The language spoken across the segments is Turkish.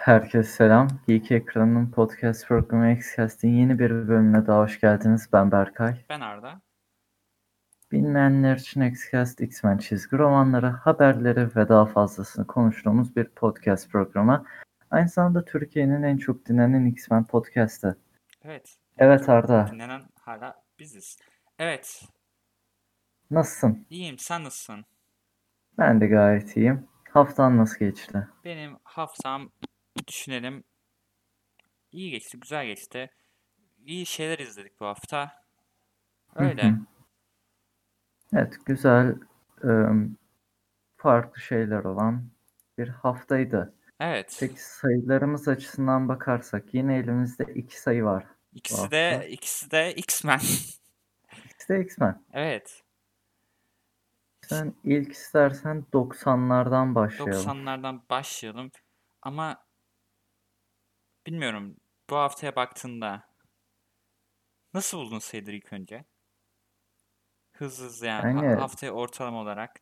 Herkese selam. Geek Ekranı'nın podcast programı XCast'in yeni bir bölümüne daha hoş geldiniz. Ben Berkay. Ben Arda. Bilmeyenler için XCast, X-Men çizgi romanları, haberleri ve daha fazlasını konuştuğumuz bir podcast programı. Aynı zamanda Türkiye'nin en çok dinlenen X-Men podcast'ı. Evet. Evet Arda, Dinlenen hala biziz. Evet. nasılsın? iyiyim. Sen nasılsın? Ben de gayet iyiyim. Haftan nasıl geçti? Benim haftam düşünelim. iyi geçti. Güzel geçti. İyi şeyler izledik bu hafta. Hı Öyle. hı. Evet, güzel, ım, farklı şeyler olan bir haftaydı. evet. Peki sayılarımız açısından bakarsak yine elimizde iki sayı var. ikisi de ikisi de X-Men. İkisi de X-Men. evet. Sen ilk istersen 90'lardan başlayalım. 90'lardan başlayalım. Ama bilmiyorum. Bu haftaya baktığında nasıl buldun sayıları ilk önce? Hızlı hızlı yani. ha- Yani- haftaya ortalama olarak.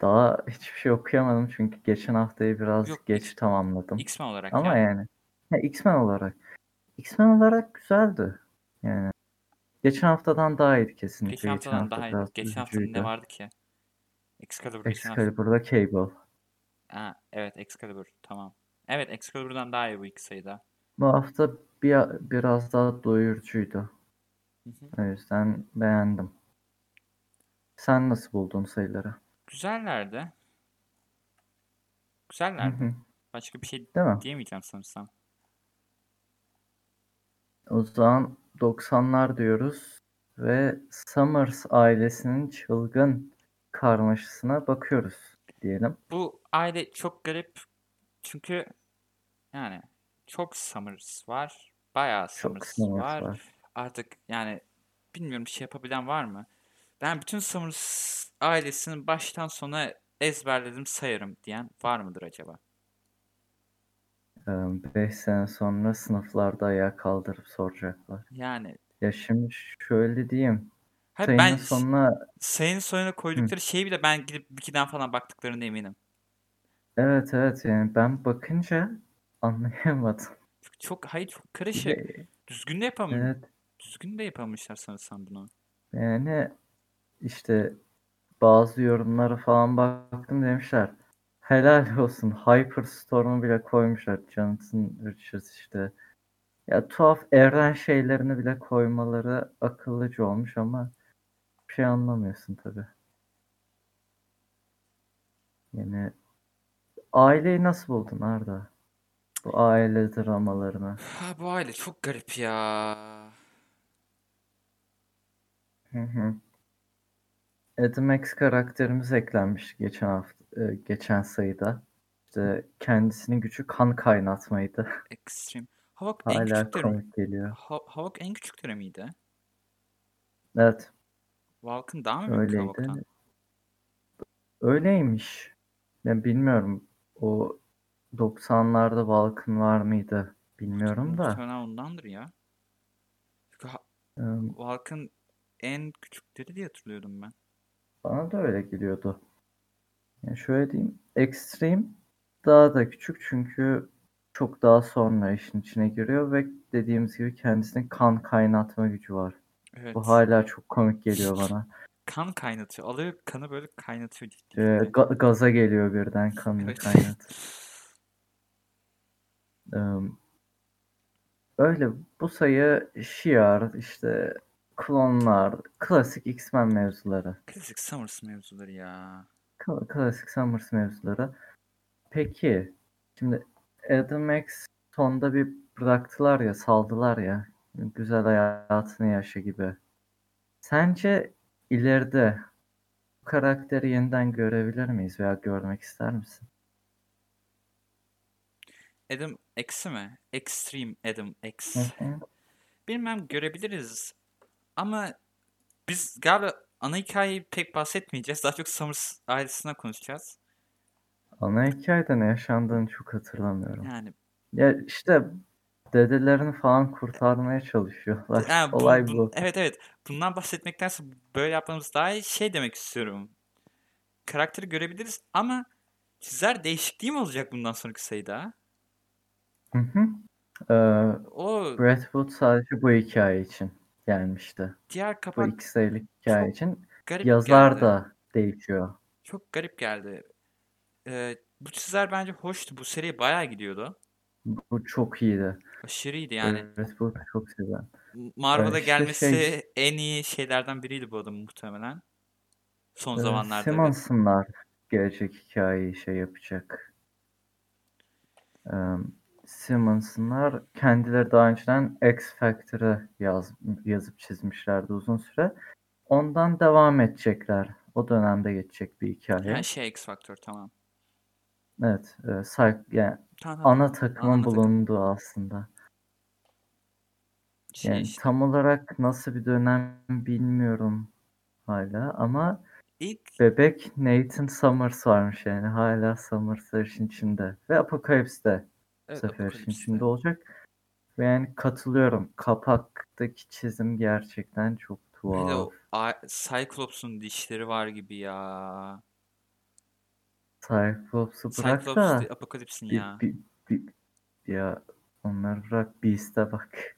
Daha hiçbir şey okuyamadım çünkü geçen haftayı biraz Yok, geç X- tamamladım. X-Men olarak Ama yani. yani ya X-Men olarak. X-Men olarak güzeldi. Yani geçen haftadan daha iyiydi kesinlikle. Geçen haftadan daha iyi. biraz Geçen hafta üzücüydü. ne vardı ki? Excalibur geçen hafta. Excalibur'da Cable. Ha, evet Excalibur tamam. Evet Excalibur'dan daha iyi bu iki sayıda. Bu hafta bir, biraz daha doyurucuydu. Hı hı. O yüzden beğendim. Sen nasıl buldun sayıları? Güzellerdi. Hı Güzellerdi. hı, Başka bir şey Değil mi? diyemeyeceğim sanırsam. O zaman 90'lar diyoruz ve Summers ailesinin çılgın karmaşasına bakıyoruz diyelim. Bu aile çok garip. Çünkü yani çok Summers var. Bayağı Çok Summers Summers var. var. Artık yani bilmiyorum bir şey yapabilen var mı? Ben bütün Summers ailesinin baştan sona ezberledim sayarım diyen var mıdır acaba? 5 sene sonra sınıflarda ayağa kaldırıp soracaklar. Yani Ya şimdi şöyle diyeyim. hayır sayının ben sonuna sayının sonuna koydukları şeyi bile ben gidip Wiki'den falan baktıklarına eminim. evet evet yani ben bakınca anlayamadım. Çünkü çok hayır çok Bir karışık. de- Düzgün de şey yapamam. Evet Düzgün de yapamışlar sanırsam bunu. Yani işte bazı yorumlara falan baktım demişler. Helal olsun. Hyperstorm'u bile koymuşlar. Jonathan Richards işte. Ya tuhaf evren şeylerini bile koymaları akıllıca olmuş ama bir şey anlamıyorsun tabii. Yani aileyi nasıl buldun Arda? Bu aile dramalarını. Ha, bu aile çok garip ya. Hı hı. Adam X karakterimiz eklenmiş geçen hafta e, geçen sayıda. İşte kendisinin gücü kan kaynatmaydı. Extreme. Havok en Hala küçükleri mi? komik geliyor. Ha- Havok en küçükleri miydi? Evet, Valk'ın daha mı büyük öyleydi. Havok'tan? Öyleymiş. Ben bilmiyorum o 90'larda Balkın var mıydı bilmiyorum da. Muhtemelen ondandır ya. Çünkü Ha- Ee, Valk'ın en küçükleri diye hatırlıyordum ben. Bana da öyle geliyordu. Yani şöyle diyeyim, Extreme daha da küçük çünkü çok daha sonra işin içine giriyor ve dediğimiz gibi kendisinin kan kaynatma gücü var. Evet. Bu hala çok komik geliyor bana. Kan kaynatıyor. Alıyor kanı böyle kaynatıyor ciddi. Ee, ga- gaza geliyor birden kanını Evet. kaynat. Ee, öyle bu sayı Shi'ar, işte klonlar, klasik X-Men mevzuları. Klasik Summers mevzuları ya. Kla- Klasik Summers mevzuları. Peki, şimdi Adam X sonda bir bıraktılar ya, saldılar ya. Güzel hayatını yaşa gibi. Sence ileride bu karakteri yeniden görebilir miyiz veya görmek ister misin? Adam X'i mi? Extreme Adam X. Hı hı. Bilmem görebiliriz. Ama biz galiba ana hikayeyi pek bahsetmeyeceğiz. Daha çok Summers ailesinden konuşacağız. Ana hikayede ne yaşandığını çok hatırlamıyorum. Yani Ya işte dedelerini falan kurtarmaya çalışıyorlar. Ha, bu- Olay bu- bu. Evet evet. Bundan bahsetmektense böyle yapmamız daha iyi. Şey demek istiyorum. Karakteri görebiliriz ama çizer değişikliği mi olacak bundan sonraki sayıda? Hı hı. Ee, O Brad Pitt sadece bu hikaye için gelmişti. diğer Bu kapak iki sayılık hikaye çok için. garip Yazar geldi. da değişiyor. Çok garip geldi. Ee, bu çizer bence hoştu. Bu seri bayağı gidiyordu. Bu çok iyiydi. Aşırıydı yani. Brad Pitt'i çok seviyorum. Marvel'a Ee, işte gelmesi şey en iyi şeylerden biriydi bu adamın muhtemelen. Son e, zamanlarda evet. Simmons'ınlar gelecek hikayeyi şey yapacak. E, Simmons'ınlar kendileri daha önceden X Factor'ı yaz, yazıp çizmişlerdi uzun süre. Ondan devam edecekler. O dönemde geçecek bir Ha hikaye. şey X Factor tamam. Evet, e, psych- yani Tamam tamam. ana Aa, takımın Anladık. bulunduğu aslında. Şey Yani işte. tam olarak nasıl bir dönem bilmiyorum hala ama İlk bebek Nathan Summers varmış yani hala Summers'lar işin içinde ve Apocalypse de bu evet sefer işin içinde Apocalypse'de. olacak. Ve yani katılıyorum kapaktaki çizim gerçekten çok Hele tuhaf. o A- Cyclops'un dişleri var gibi ya. Cyclops'u bırak Cyclops değil da Apocalypse'in bir, ya. bir, bir- ya onları bırak Beast'e bak.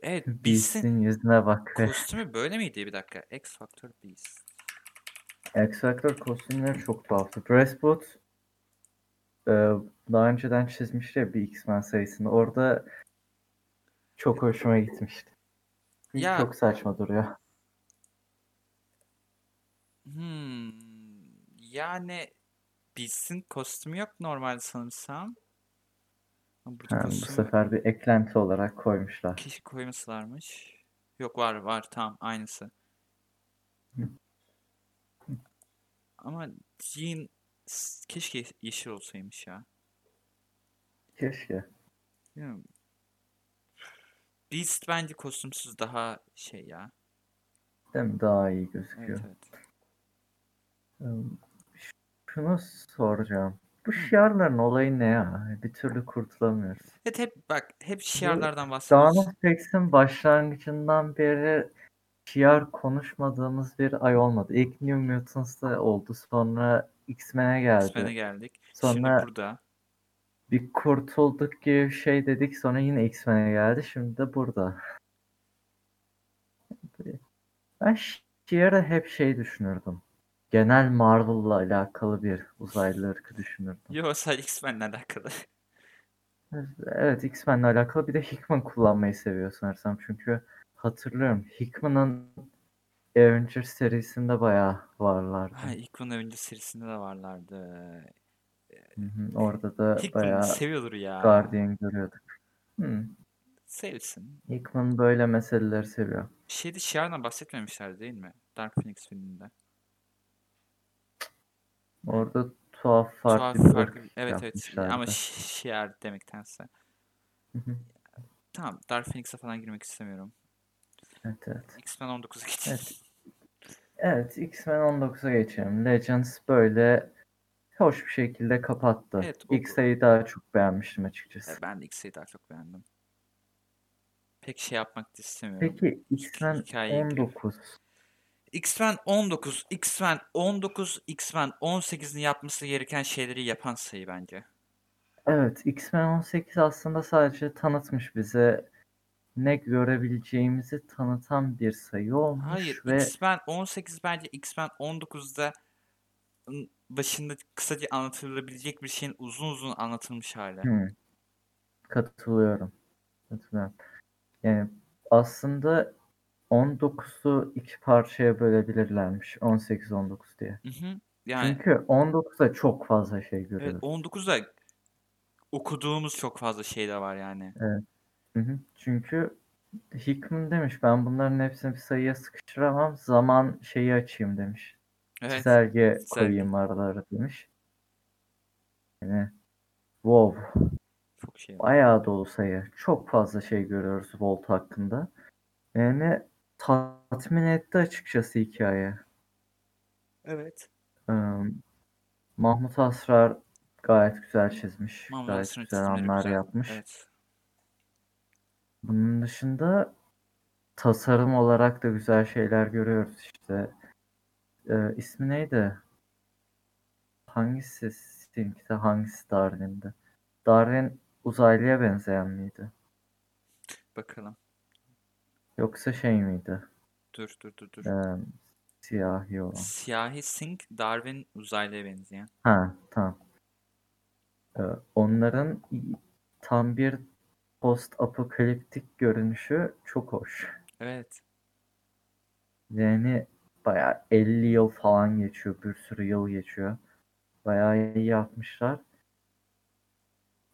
Evet Beast'in Beast'in yüzüne bak ve kostümü böyle miydi? Bir dakika. X Factor Beast. X Factor kostümleri çok tuhaftı. Breastplate e, daha önceden çizmişti ya bir X-Men sayısını. Orada çok hoşuma gitmişti. İyi, Ya Çok saçma duruyor. hmm, yani Beast'in kostümü yok normal sanırsam. Ama Burada Ha, bu kostümü sefer bir eklenti olarak koymuşlar. keşke koymasalarmış. Yok var var tamam aynısı. Ama Jean s- keşke yeşil olsaymış ya. Keşke. Bilmiyorum. Beast bence kostümsüz daha şey ya. Değil mi? Daha iyi Evet gözüküyor. evet. Em, Şunu soracağım. Bu Hı. şiarların olayı ne ya? Hani Bir türlü kurtulamıyoruz. Evet hep bak hep Bu şiarlardan bahsediyoruz. Dağınık Teks'in başlangıcından beri şiar konuşmadığımız bir ay olmadı. İlk New Mutants'ta oldu. Sonra X-Men'e X-Men'e geldi. geldik. Şimdi Sonra burada. bir kurtulduk gibi bir şey dedik. Sonra yine X-Men'e geldi. Şimdi de burada. Ben şi- şiara hep şey düşünürdüm. Genel Marvel'la alakalı bir uzaylı ırkı düşünürdüm. Yo sadece X-Men'le alakalı. Evet X-Men'le alakalı bir de Hickman kullanmayı seviyor sanırsam. Çünkü hatırlıyorum Hickman'ın Avengers serisinde bayağı Ha varlardı. Hickman Avengers serisinde de varlardı. Hı hı, Orada da Hickman bayağı seviyordur ya. Guardian görüyorduk. Hı. Sevsin. Hickman böyle meseleleri seviyor. Bir şeyde şiardan bahsetmemişler değil mi? Dark Phoenix filminde. Orada tuhaf Tuhaf farklı bir farklı. ırk Evet evet. Ama yapmışlardı. şi- şiar demektense. Hı hı, Tamam Dark Phoenix'e falan girmek istemiyorum. Evet evet. X-Men 19'a Evet, geçelim. evet X-Men 19'a geçelim. Legends böyle hoş bir şekilde kapattı. Evet o bu. X'i daha çok beğenmiştim açıkçası. E, Ben de X'i daha çok beğendim. Pek şey yapmak da istemiyorum. Peki Çünkü X-Men hikayeye girip. 19. X-Men 19, X-Men 19, X-Men 18'ini yapması gereken şeyleri yapan sayı bence. Evet X-Men 18 aslında sadece tanıtmış bize ne görebileceğimizi tanıtan bir sayı Hayır, olmuş ve X-Men 18 bence X-Men 19'da ın başında kısaca anlatılabilecek bir şeyin uzun uzun anlatılmış hali. hmm, katılıyorum. Katılıyorum. Yani aslında 19'u iki parçaya bölebilirlermiş 18-19 diye. Mhm. Yani Çünkü 19'da çok fazla şey evet görüyoruz. 19'da okuduğumuz çok fazla şey de var yani. Evet. Hı hı. Çünkü Hickman demiş ben bunların hepsini bir sayıya sıkıştıramam. Zaman şeyi açayım demiş. Evet. Çizelge Sergi. koyayım aralara demiş. Yani wow. Çok şey var. Bayağı dolu sayı. Çok fazla şey görüyoruz Volt hakkında. Yani tatmin etti açıkçası hikaye. Evet. Ee, Mahmut Asrar gayet güzel çizmiş. Mahmut Gayet güzel Aslan'ın çizimleri anlar güzel. yapmış. Evet. Bunun dışında tasarım olarak da güzel şeyler görüyoruz işte. Ee, ismi neydi? Hangisi Sting'de, hangisi Darwin'de? Darwin uzaylıya benzeyen miydi? Bakalım. Yoksa şey miydi? Dur dur dur dur. Ee, siyahi olan. Siyahi Singh Darwin uzaylıya benzeyen. Ha tamam. Ee, onların tam bir post apokaliptik görünüşü çok hoş. Evet. Yani bayağı 50 yıl falan geçiyor. Bir sürü yıl geçiyor. Bayağı iyi yapmışlar.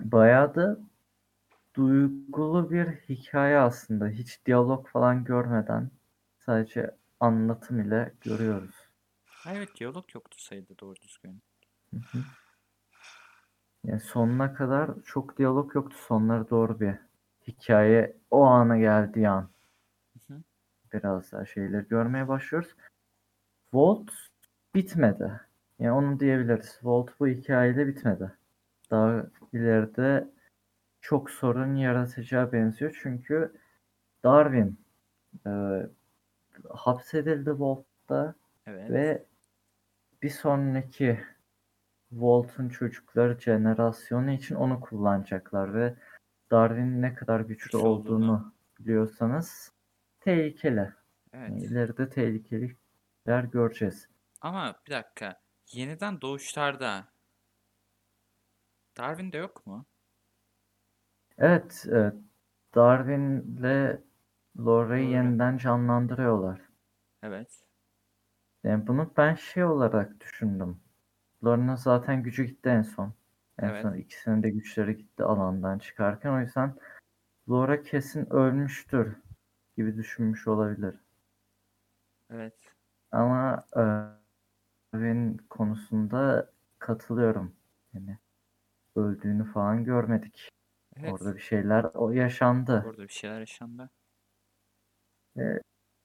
Bayağı da duygulu bir hikaye aslında. Hiç diyalog falan görmeden sadece anlatım ile görüyoruz. Ha, evet diyalog yoktu sayıda doğru düzgün. Yani sonuna kadar çok diyalog yoktu. Sonları doğru bir hikaye o ana geldiği an. Hı hı. Biraz daha şeyleri görmeye başlıyoruz. Volt bitmedi. Yani onu diyebiliriz. Volt bu hikayede bitmedi. Daha ileride çok sorun yaratacağı benziyor. Çünkü Darwin e, hapsedildi Volt'ta. Evet. Ve bir sonraki Walt'un çocukları jenerasyonu için onu kullanacaklar ve Darwin'in ne kadar güçlü Güçlü olduğunu. olduğunu biliyorsanız tehlikeli. Yani Evet. İleride tehlikeler göreceğiz. Ama bir dakika. Yeniden doğuşlarda Darwin de yok mu? Evet, e, Darwin'le Laura. Laura'yı yeniden canlandırıyorlar. Evet. Yani bunu ben şey olarak düşündüm. Lorna zaten gücü gitti en son. En Evet. son ikisinin de güçleri gitti alandan çıkarken. O yüzden Laura kesin ölmüştür gibi düşünmüş olabilir. Evet. Ama e, Darwin konusunda katılıyorum. Yani öldüğünü falan görmedik. Evet. Orada bir şeyler o yaşandı. Orada bir şeyler yaşandı.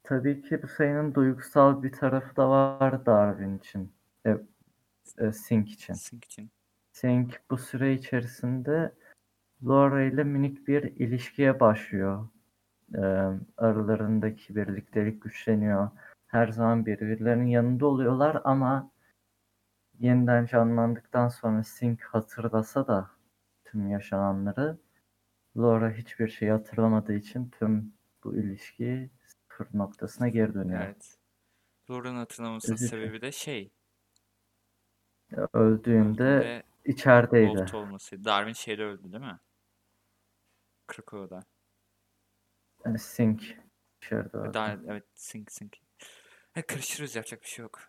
Tabii ki bu sayının duygusal bir tarafı da var Darwin için. E, e, Sink için. Singh için. Sink bu süre içerisinde Laura ile minik bir ilişkiye başlıyor. Ee, aralarındaki birliktelik güçleniyor. Her zaman birbirlerinin yanında oluyorlar ama yeniden canlandıktan sonra Sink hatırlasa da tüm yaşananları Laura hiçbir şey hatırlamadığı için tüm bu ilişki sıfır noktasına geri dönüyor. Evet. Laura'nın hatırlamasının Üzücü. sebebi de şey. Öldüğünde öldüğünde içerideydi. Bolt olması. Darwin şeyde öldü değil mi? Kırkova'da. Yani Sink dışarıda. öldü. Dar evet Singh Singh. Ha, karışırız yapacak bir şey yok.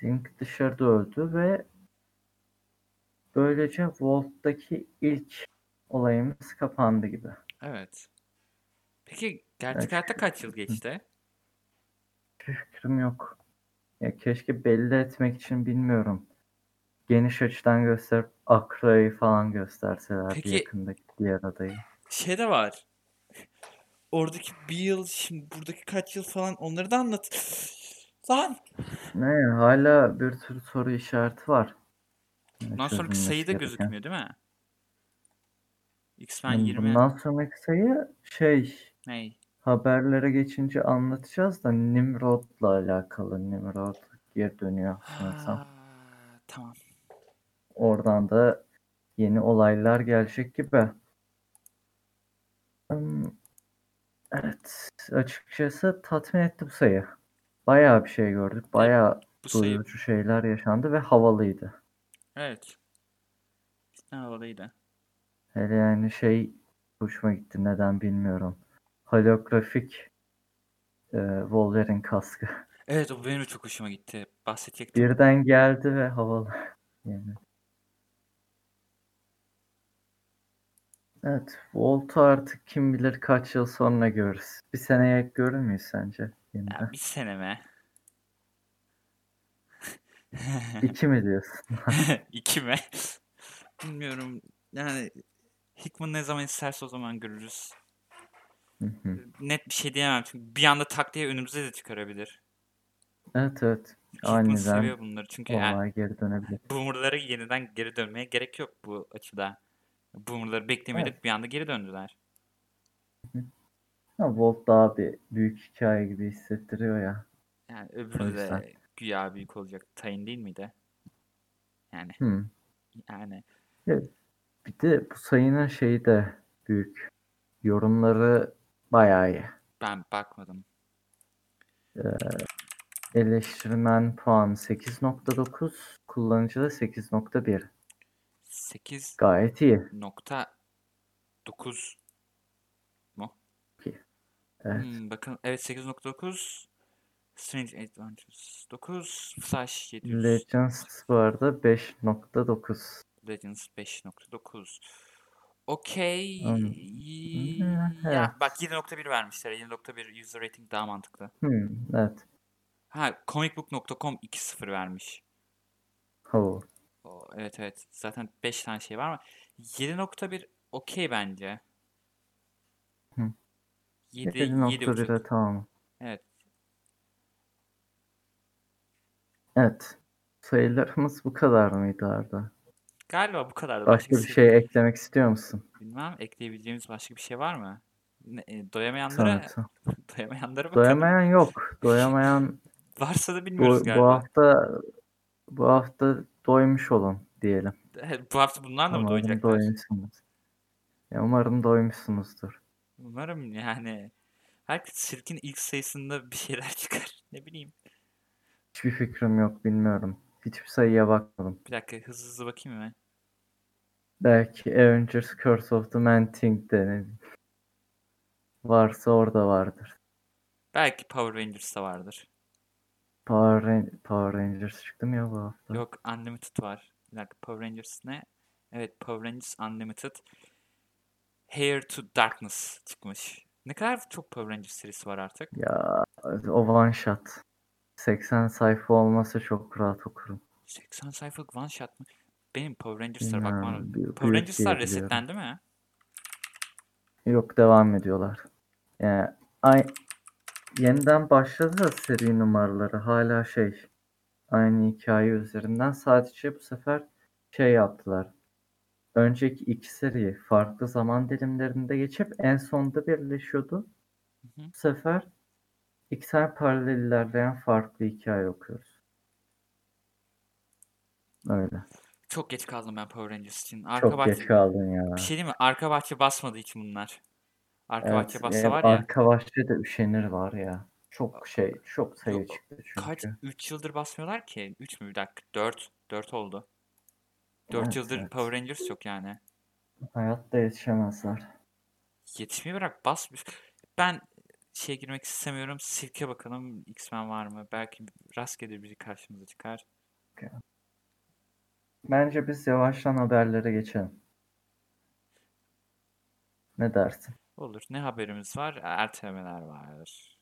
Sink dışarıda öldü ve böylece Volt'taki ilk olayımız kapandı gibi. Evet. Peki gerçek Evet. hayatta kaç yıl geçti? Fikrim yok. Ya keşke belli etmek için bilmiyorum. Geniş açıdan gösterip Akra'yı falan gösterselerdi Peki- yakındaki diğer adayı. şey de var. Oradaki bir yıl şimdi buradaki kaç yıl falan onları da anlat. Lan Ne hala bir sürü soru işareti var. bundan sonraki Çözülmesi sayı da gereken. gözükmüyor değil mi? X-Men Yani 20 Bundan sonraki sayı şey ney? haberlere geçince anlatacağız da Nimrod'la alakalı. Nimrod geri dönüyor sanırsam. Ha, tamam. Oradan da yeni olaylar gelecek gibi. Hmm, Evet, açıkçası tatmin etti bu sayı. Bayağı bir şey gördük. Bayağı Bu sayı doyurucu şeyler yaşandı ve havalıydı. evet. Ne havalıydı. Hele yani şey hoşuma gitti neden bilmiyorum. Holografik e, Wolverine kaskı. Evet o benim de çok hoşuma gitti. Bahsedecektim. Birden geldi ve havalı. Yani. Evet. Volt'u artık kim bilir kaç yıl sonra görürüz. Bir seneye görür müyüz sence? Yeniden? Ya, bir seneme. İki mi diyorsun? İki mi? Bilmiyorum. Yani Hickman ne zaman isterse o zaman görürüz. Hı hı. net bir şey diyemem çünkü bir anda tak diye önümüze de çıkarabilir. evet evet. Hickman Aniden seviyor bunları çünkü yani olay geri dönebilir. boomerlara yeniden geri dönmeye gerek yok bu açıda. Boomerları beklemedik bir anda geri döndüler. Ha, Volt daha bir büyük hikaye gibi hissettiriyor ya. Yani O öbürü yüzden. de güya büyük olacak. Tayin değil miydi? Yani Hı. yani Bir de bu sayının şeyi de büyük. Yorumları bayağı iyi. Ben bakmadım. Eleştirmen puanı 8.9, kullanıcı da 8.1. 8.9 Gayet iyi. Evet. Hmm, bakın evet 8.9 Strange Adventures 9 Flash 700 Legends bu arada 5.9. Legends 5.9 Okey Anladım. ya, Evet. Bak 7.1 vermişler 7.1 user rating daha mantıklı Hmm, evet. Ha comicbook.com 2.0 vermiş Oh. O, Evet evet zaten 5 tane şey var ama 7.1 okey bence Hı. 7, 7.1'e tamam. Evet. Evet. Sayılarımız bu kadar mıydı Arda? Galiba bu kadar. Başka bir şey eklemek istiyor musun? Bilmem ekleyebileceğimiz başka bir şey var mı? Ne- e, doyamayanlara, Sanatı. doyamayanlara bakalım. Doyamayan yok. Doyamayan Varsa da şey bilmiyoruz bu, bu galiba. hafta bu hafta doymuş olun diyelim. Evet, Bu hafta bunlar da mı Umarım doyacaklar? doymuşsunuz. Ya umarım doymuşsunuzdur. Umarım yani. Herkes sirkin ilk sayısında bir şeyler çıkar. Ne bileyim. Hiçbir fikrim yok bilmiyorum. Hiçbir sayıya bakmadım. Bir dakika hızlı hızlı bakayım hemen. Belki Avengers Curse of the Manting'de ne bileyim. Varsa orada vardır. Belki Power Rangers'ta vardır. Power, Ran- Power Rangers çıktı mı ya bu hafta? Yok Unlimited var. Bir dakika Power Rangers ne? Evet Power Rangers Unlimited. Hair to Darkness çıkmış. Ne kadar çok Power Rangers serisi var artık. Ya o one shot. 80 sayfa olmasa çok rahat okurum. 80 sayfalık one shot mı? Benim Power Rangers'lara bakmam Bilmiyorum, lazım. büyük- Power büyük Rangers'lar diye biliyorum. resetlendi mi? Yok devam ediyorlar. Yani, ay, yeniden başladı da seri numaraları hala şey aynı hikaye üzerinden sadece bu sefer şey yaptılar. Önceki iki seri farklı zaman dilimlerinde geçip en sonda birleşiyordu. Hı hı. Bu sefer iki tane paralel ilerleyen farklı hikaye okuyoruz. Öyle. Çok geç kaldım ben Power Rangers için. Arka Çok bahçe... geç kaldın ya. Bir şey değil mi? Arka bahçe basmadığı için bunlar. Arka Evet, e, bahçe bassa eğer var ya. Arka bahçede üşenir var ya. Çok şey, çok sayı Yok, çıktı çünkü. Kaç? 3 yıldır basmıyorlar ki. 3 mü? Bir dakika. 4. 4 oldu. 4 Evet, yıldır evet. Power Rangers yok yani. Hayatta yetişemezler. Yetişmeyi bırak bas. Ben şeye girmek istemiyorum. Silke bakalım X-Men var mı? Belki rastgele biri karşımıza çıkar. Bence biz yavaştan haberlere geçelim. Ne dersin? Olur. Ne haberimiz var? Ertelemeler var.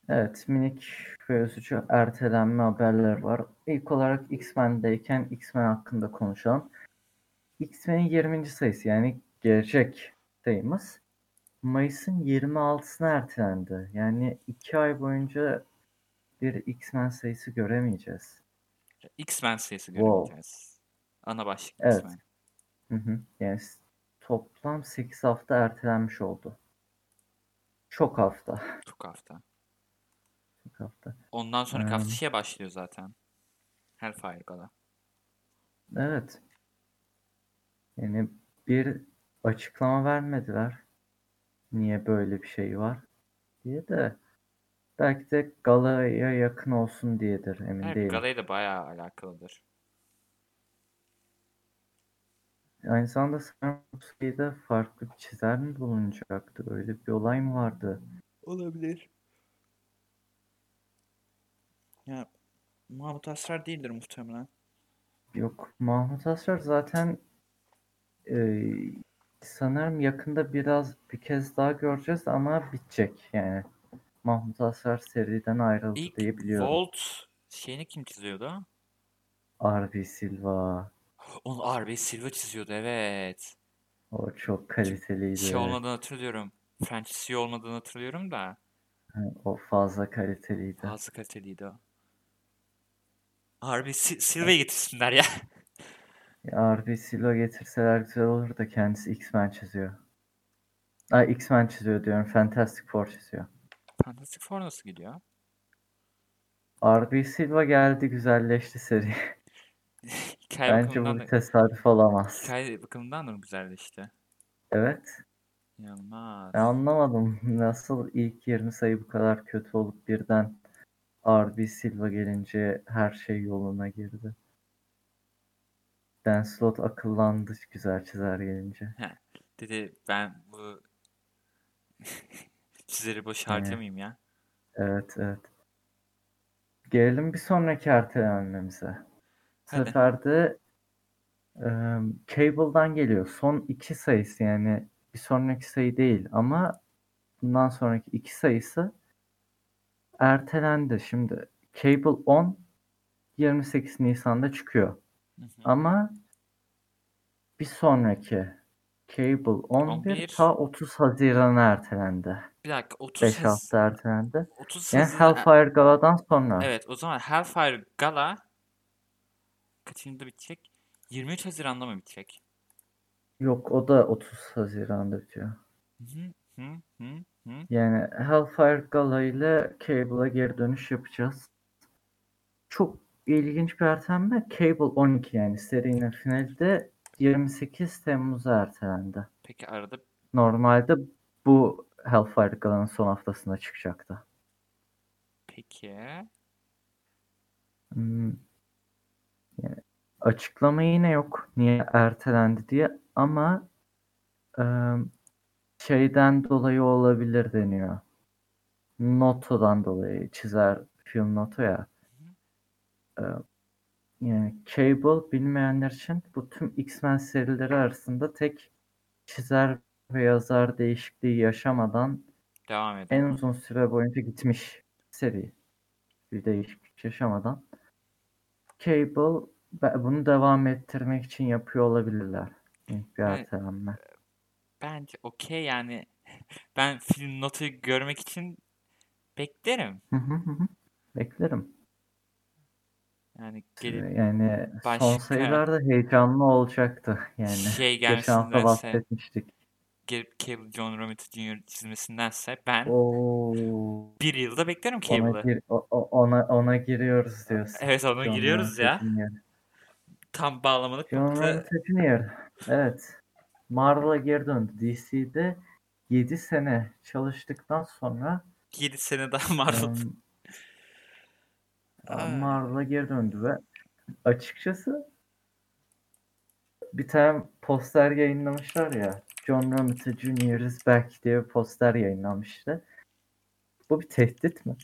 Evet, minik ve üzücü ertelenme haberler var. İlk olarak X-Men'deyken X-Men hakkında konuşalım. X-Men'in 20. sayısı yani gelecek sayımız Mayıs'ın 26'sına ertelendi. Yani 2 ay boyunca bir X-Men sayısı göremeyeceğiz. X-Men sayısı Wow. göreceğiz. Ana başlık Evet. X-Men. Hı hı. Yani s- toplam 8 hafta ertelenmiş oldu. Çok hafta. Çok hafta. Çok hafta. Ondan sonraki hafta Hmm. şeye başlıyor zaten. Her Gal'a. Evet. Yani bir açıklama vermediler. Niye böyle bir şey var diye de belki de galaya yakın olsun diyedir emin Her değilim. Gala'ya da bayağı alakalıdır. Aynı zamanda sanırım bu sayıda farklı bir çizer mi bulunacaktı? Öyle bir olay mı vardı? Olabilir. Ya Mahmut Asrar değildir muhtemelen. Yok Mahmut Asrar zaten e, sanırım yakında biraz bir kez daha göreceğiz ama bitecek yani. Mahmut Asrar seriden ayrıldı İlk diye biliyorum. Volt şeyini kim çiziyordu? Arvi Silva Onu RB Silva çiziyordu evet. o çok kaliteliydi. Şey olmadığını hatırlıyorum. Francis Yu olmadığını hatırlıyorum da. O fazla kaliteliydi. Fazla kaliteliydi o. Harbi Sil- Silva'yı getirsinler ya. Arvi Silva getirseler güzel olur da kendisi X-Men çiziyor. Ay X-Men çiziyor diyorum. Fantastic Four çiziyor. Fantastic Four nasıl gidiyor? Arvi Silva geldi güzelleşti seri. Hikaye Bence bu bakımından bir da, tesadüf olamaz. hikaye bakımından da mı güzelleşti? Evet. İnanılmaz. Ben anlamadım nasıl ilk 20 sayı bu kadar kötü olup birden RB Silva gelince her şey yoluna girdi. Dan Slott akıllandı güzel çizer gelince. Dedi ben bu sizleri boş Yani- harcamayayım ya. Evet evet. Gelelim bir sonraki ertelenmemize. Bu Hadi. sefer de e, Cable'dan geliyor. Son iki sayısı yani bir sonraki sayı değil ama bundan sonraki iki sayısı ertelendi. Şimdi Cable 10 28 Nisan'da çıkıyor. Hı hı. Ama bir sonraki Cable 11, 11. ta 30 Haziran'a ertelendi. Bir dakika 30 5 Haz- hafta ertelendi. 30 Yani Haziran- Hellfire Gala'dan sonra. Evet o zaman Hellfire Gala kaçıncı bitecek? 23 Haziran'da mı bitecek? Yok o da 30 Haziran'da bitiyor. Hı hı hı hı. Yani Hellfire Gala ile Cable'a geri dönüş yapacağız. Çok ilginç bir ertelenme. Cable 12 yani serinin finali de 28 Temmuz'a ertelendi. Peki arada Normalde bu Hellfire Gala'nın son haftasında çıkacaktı. peki Hmm. Yani açıklama yine yok niye ertelendi diye ama ıı, şeyden dolayı olabilir deniyor. Noto'dan dolayı çizer film Noto ya. Iı, yani Cable bilmeyenler için bu tüm X-Men serileri arasında tek çizer ve yazar değişikliği yaşamadan devam edelim. en uzun süre boyunca gitmiş seri. Bir değişiklik yaşamadan. Cable be- bunu devam ettirmek için yapıyor olabilirler. İlk bir Evet. ertelenme. Bence okey yani ben film notu görmek için beklerim. Hı hı hı hı. Beklerim. Yani gelip Yani son başka- sayılarda heyecanlı olacaktı. Yani şey geçen hafta gelmesindense bahsetmiştik. gelip Cable John Romita Jr. çizmesindense ben Oo. bir yılda beklerim Ona, Cable'ı. gir, o- o- ona, ona giriyoruz diyorsun. Evet ona John giriyoruz Romita ya. Jr. Tam bağlamalık John nokta. Romita Jr. Evet. Marvel'a geri döndü. DC'de 7 sene çalıştıktan sonra 7 sene daha Marvel. Aa. em, Marvel'a geri döndü ve açıkçası bir tane poster yayınlamışlar ya. John Romita Jr. is back diye bir poster yayınlanmıştı. Bu bir tehdit mi?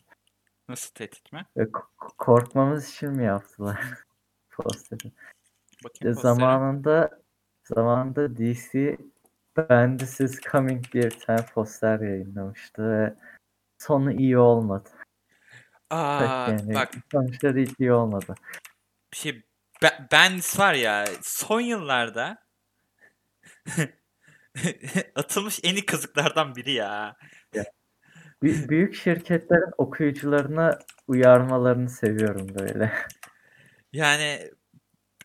Nasıl tehdit mi? Ve k- korkmamız için mi yaptılar posteri? Bakayım İşte posteri. E, zamanında zamanında DC Ben This Is Coming diye bir tane poster yayınlamıştı ve sonu iyi olmadı. Aa, yani bak sonuçları hiç iyi olmadı. bir şey Be- Bendis var ya son yıllarda atılmış en iyi kazıklardan biri ya. Bü- büyük şirketlerin okuyucularına uyarmalarını seviyorum böyle. Yani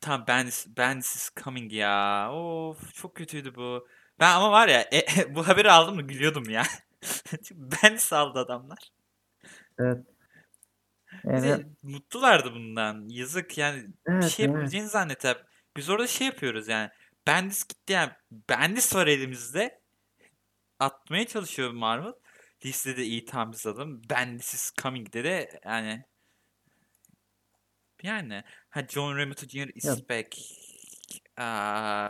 tam Bendis, Bendis is coming ya. Of çok kötüydü bu. Ben ama var ya e, bu haberi aldım mı gülüyordum ya. Çünkü Bendis aldı adamlar. Bir de Yani, mutlulardı bundan. Yazık yani bir evet, şey evet. yapabileceğini zannettiler. Biz orada şey yapıyoruz yani. Bendis gitti yani. Bendis var elimizde. Atmaya çalışıyor Marvel. Listede de iyi tamam biz alalım. Bendis is coming'de de yani. Yani. Ha John Romita Jr. is Ya. back. Aa,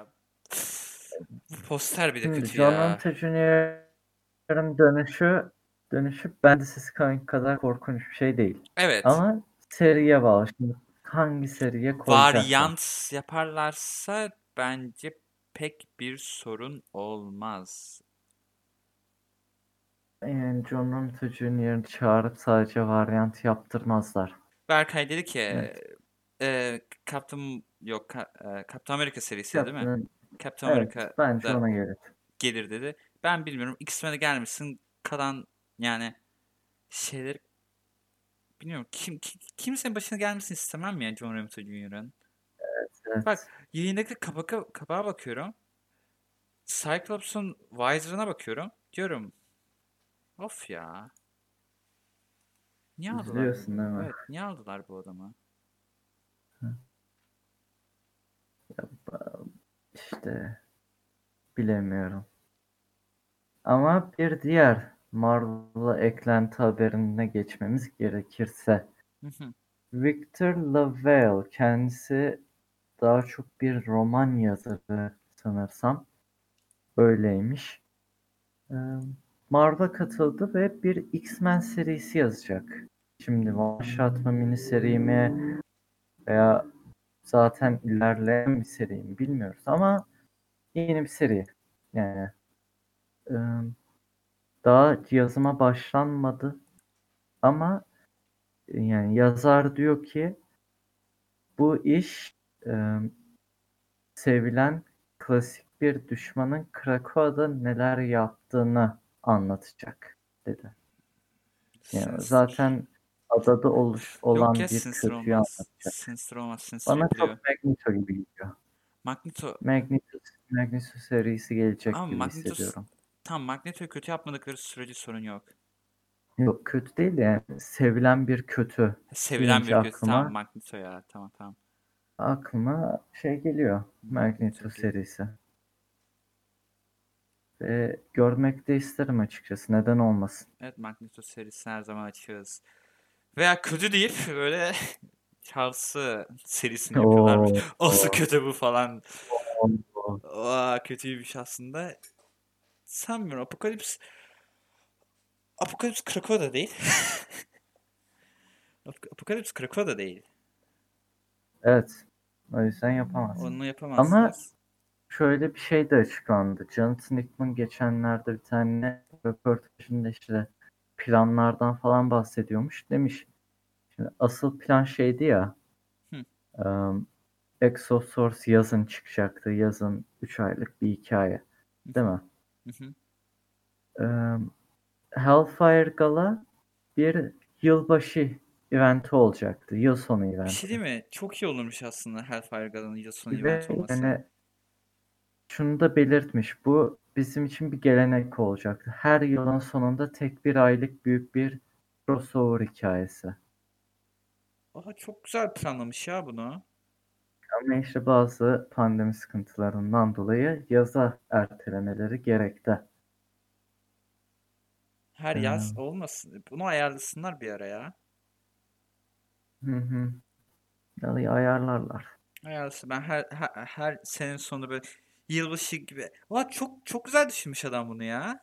bu poster bir de Şimdi kötü John ya. Romita Jr.'ın dönüşü dönüşü Ben This Is Coming kadar korkunç bir şey değil. Evet. Ama seriye bağlı. Şimdi hangi seriye koyacaklar? Varyant yaparlarsa bence pek bir sorun olmaz. Yani John Romita Jr.'ı çağırıp sadece varyant yaptırmazlar. Berkay dedi ki Evet. e, Captain yok Ka- e, Captain America serisi değil mi? Captain- Captain Evet, America bence da- ona gelir. gelir dedi. Ben bilmiyorum. X-Men'e gelmişsin. Kalan yani şeyler bilmiyorum. Kim, kim kimsenin başına gelmesini istemem ya John Romita Jr.'ın. Evet. Bak, Yayındaki kabaka, kabağa bakıyorum. Cyclops'un Visor'ına bakıyorum. Diyorum. Of ya. Niye aldılar? Üzülüyorsun bunu? değil mi? Evet, niye aldılar bu adamı? Ya, ba- işte bilemiyorum. Ama bir diğer Marvel'a eklenti haberine geçmemiz gerekirse Victor Lavelle kendisi daha çok bir roman yazarı sanırsam. Öyleymiş. Ee, Marvel'a katıldı ve bir X-Men serisi yazacak. Şimdi başlatma mini seri mi veya zaten ilerleyen bir seri mi bilmiyoruz ama yeni bir seri. Yani ee, daha yazıma başlanmadı ama yani yazar diyor ki bu iş e, sevilen klasik bir düşmanın Krakowa'da neler yaptığını anlatacak dedi. Yani Sinister. zaten adada oluş olan Yok ya, bir Sinister kötüyü olmaz. anlatacak. Sinister olmaz. Sinister Bana biliyor. çok Magneto gibi geliyor. Magneto Magneto, Magneto serisi gelecek Ama gibi Magneto- hissediyorum. tam Magneto'yu kötü yapmadıkları sürece sorun yok. Yok kötü değil de yani sevilen bir kötü. Sevilen bir Deyince göz. aklıma- Tamam Magneto ya. Tamam tamam. aklıma şey geliyor. Magneto Çok iyi. serisi. Ve görmek de isterim açıkçası. Neden olmasın? Evet Magneto serisini her zaman açıyoruz. Veya kötü deyip böyle Charles'ı serisini yapıyorlar. Oo, Olsun kötü bu falan. oo. Aa, kötüymüş aslında. Sanmıyorum. Apokalips Apokalips Krakow da değil. Ap- Apokalips Krakow da değil. Evet. O yüzden yapamaz. Onu yapamazsınız. Şöyle bir şey de açıklandı. Jonathan Hickman geçenlerde bir tane röportajında işte planlardan falan bahsediyormuş. Demiş. Şimdi asıl plan şeydi ya. Hı. Um, Exosource yazın çıkacaktı. Yazın 3 aylık bir hikaye. Değil mi? Hı hı. Eee, Hellfire Gala bir yılbaşı eventi olacaktı. Yıl sonu Bir eventi. şey değil mi? Çok iyi olurmuş aslında Hellfire Gala'nın yıl sonu Ve event olması. yani şunu da belirtmiş. Bu bizim için bir gelenek olacaktı. Her yılın sonunda tek bir aylık büyük bir crossover hikayesi. Aha, çok güzel planlamış ya bunu. Ama işte bazı pandemi sıkıntılarından dolayı yaza ertelemeleri gerekti. Her yaz Hmm. olmasın. Bunu ayarlasınlar bir ara ya. Hı hı. Yani ayarlarlar. Ayarlasın. Ben her, her, her senin sonu böyle yılbaşı gibi. Ulan çok çok güzel düşünmüş adam bunu ya.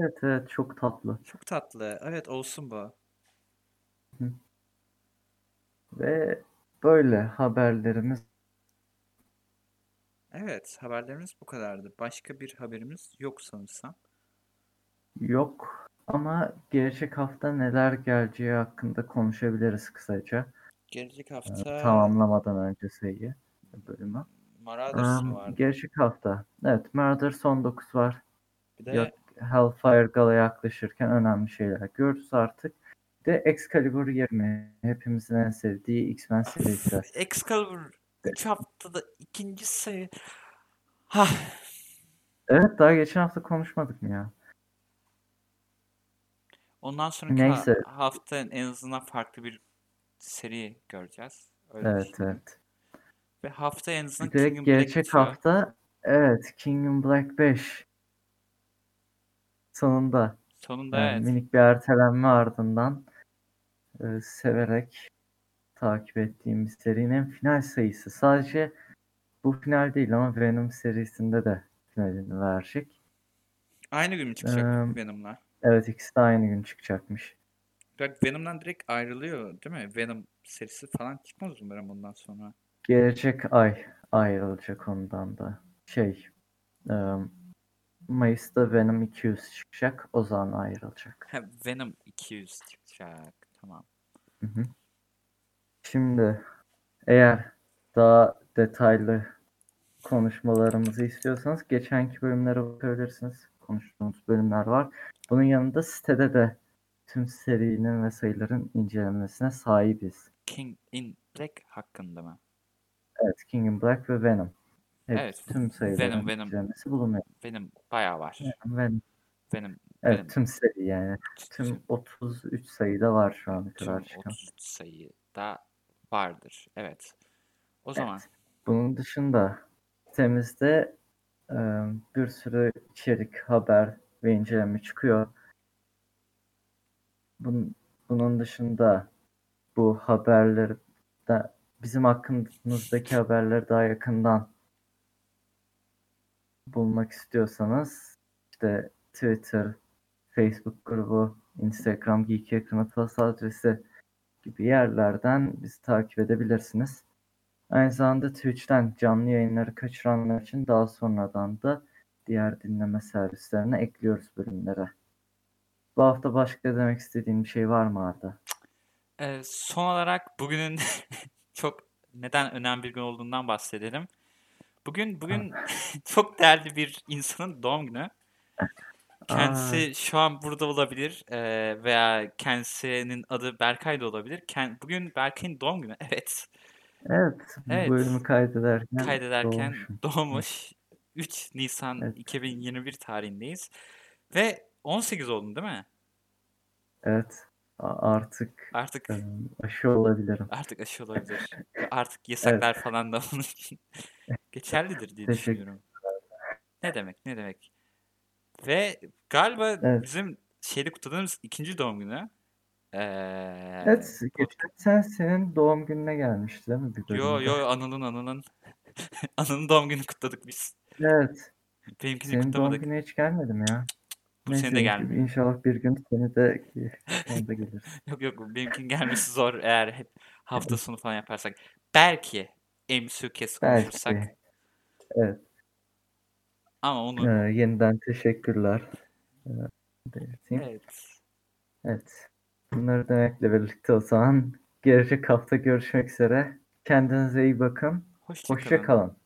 Evet evet çok tatlı. Çok tatlı. Evet olsun bu. Ve böyle haberlerimiz Evet haberlerimiz bu kadardı. Başka bir haberimiz yok sanırsam. Yok ama gelecek hafta neler geleceği hakkında konuşabiliriz kısaca. Gelecek Ee, hafta Tamamlamadan önce sayıyı bölümü. Marauders Ee, mı vardı? gelecek hafta. Evet Murder son 9 var. Bir de Yok, Hellfire Gala yaklaşırken önemli şeyler görürüz artık. Bir de Excalibur 20. Hepimizin en sevdiği X-Men serisi. Excalibur 3 haftada ikinci sayı. Hah Evet daha geçen hafta konuşmadık mı ya? Ondan sonraki Neyse. ha- hafta en azından farklı bir seri göreceğiz. Öyle Evet düşünüyorum. evet. Ve hafta en azından Bir de Kingdom Black gelecek bitiyor. hafta evet Kingdom Black 5. Sonunda. Sonunda Yani evet. Minik bir ertelenme ardından e, severek takip ettiğim bir serinin final sayısı. Sadece bu final değil ama Venom serisinde de finalini verecek. Aynı gün mü çıkacak Eee, Venom'la? Evet ikisi de aynı gün çıkacakmış. Bak Venom'dan direkt ayrılıyor değil mi? Venom serisi falan çıkmaz mı Venom bundan sonra? Gelecek ay ayrılacak ondan da. Şey e, Mayıs'ta Venom 200 çıkacak. O zaman ayrılacak. Ha, Venom 200 çıkacak. Tamam. Hı hı. Şimdi eğer daha detaylı konuşmalarımızı istiyorsanız geçenki bölümlere bakabilirsiniz. Konuştuğumuz bölümler var. Bunun yanında sitede de tüm serinin ve sayıların incelenmesine sahibiz. King in Black hakkında mı? Evet, King in Black ve Venom. Hep Evet, tüm sayıların Venom, Venom. incelenmesi bulunuyor. Venom bayağı var. Venom. Venom, Evet, Venom. tüm seri yani. Tüm 33 sayıda var şu ana tüm kadar çıkan. 33 sayıda vardır. Evet. O zaman Bunun dışında sitemizde e, bir sürü içerik, haber ve inceleme çıkıyor. Bun- bunun dışında bu haberleri da bizim hakkımızdaki haberleri daha yakından bulmak istiyorsanız işte Twitter, Facebook grubu, Instagram, Geek Yakını Plus adresi gibi yerlerden bizi takip edebilirsiniz. Aynı zamanda Twitch'ten canlı yayınları kaçıranlar için daha sonradan da diğer dinleme servislerine ekliyoruz bölümlere. Bu hafta başka demek istediğin bir şey var mı Arda? Ee, son olarak bugünün çok neden önemli bir gün olduğundan bahsedelim. Bugün bugün çok değerli bir insanın doğum günü. Kendisi şu an burada olabilir ee, veya kendisinin adı Berkay da olabilir. Ken- bugün Berkay'ın doğum günü. Evet. Evet, bu Evet. bölümü kaydederken kaydederken doğmuş. doğmuş. 3 Nisan Evet. 2021 tarihindeyiz. Ve 18 oldun değil mi? Evet, a- artık Artık e, aşı olabilirim. artık aşı olabilir. Artık yasaklar falan da onun için geçerlidir diye Teşekkür düşünüyorum. Ne demek ne demek. Ve galiba Evet. bizim şeyde kutladığımız ikinci doğum günü. Ee, Evet, geçen sen senin doğum gününe gelmişti değil mi? Bir Yo bölümde? yo Anıl'ın Anıl'ın. Anıl'ın doğum günü kutladık biz. Evet, Benimkini senin doğum kutlamadık. gününe hiç gelmedim ya. Bu sene de in- gelmiyor. İnşallah bir gün seni de sen de gelir. Yok yok benimkinin gelmesi zor eğer hep hafta sonu falan yaparsak. Belki MCU kes konuşursak Belki. Evet, ama onu e, yeniden teşekkürler. E, belirteyim. evet. Evet. Bunları demekle birlikte o zaman gelecek hafta görüşmek üzere. Kendinize iyi bakın. Hoşça Hoşça kalın. kalın.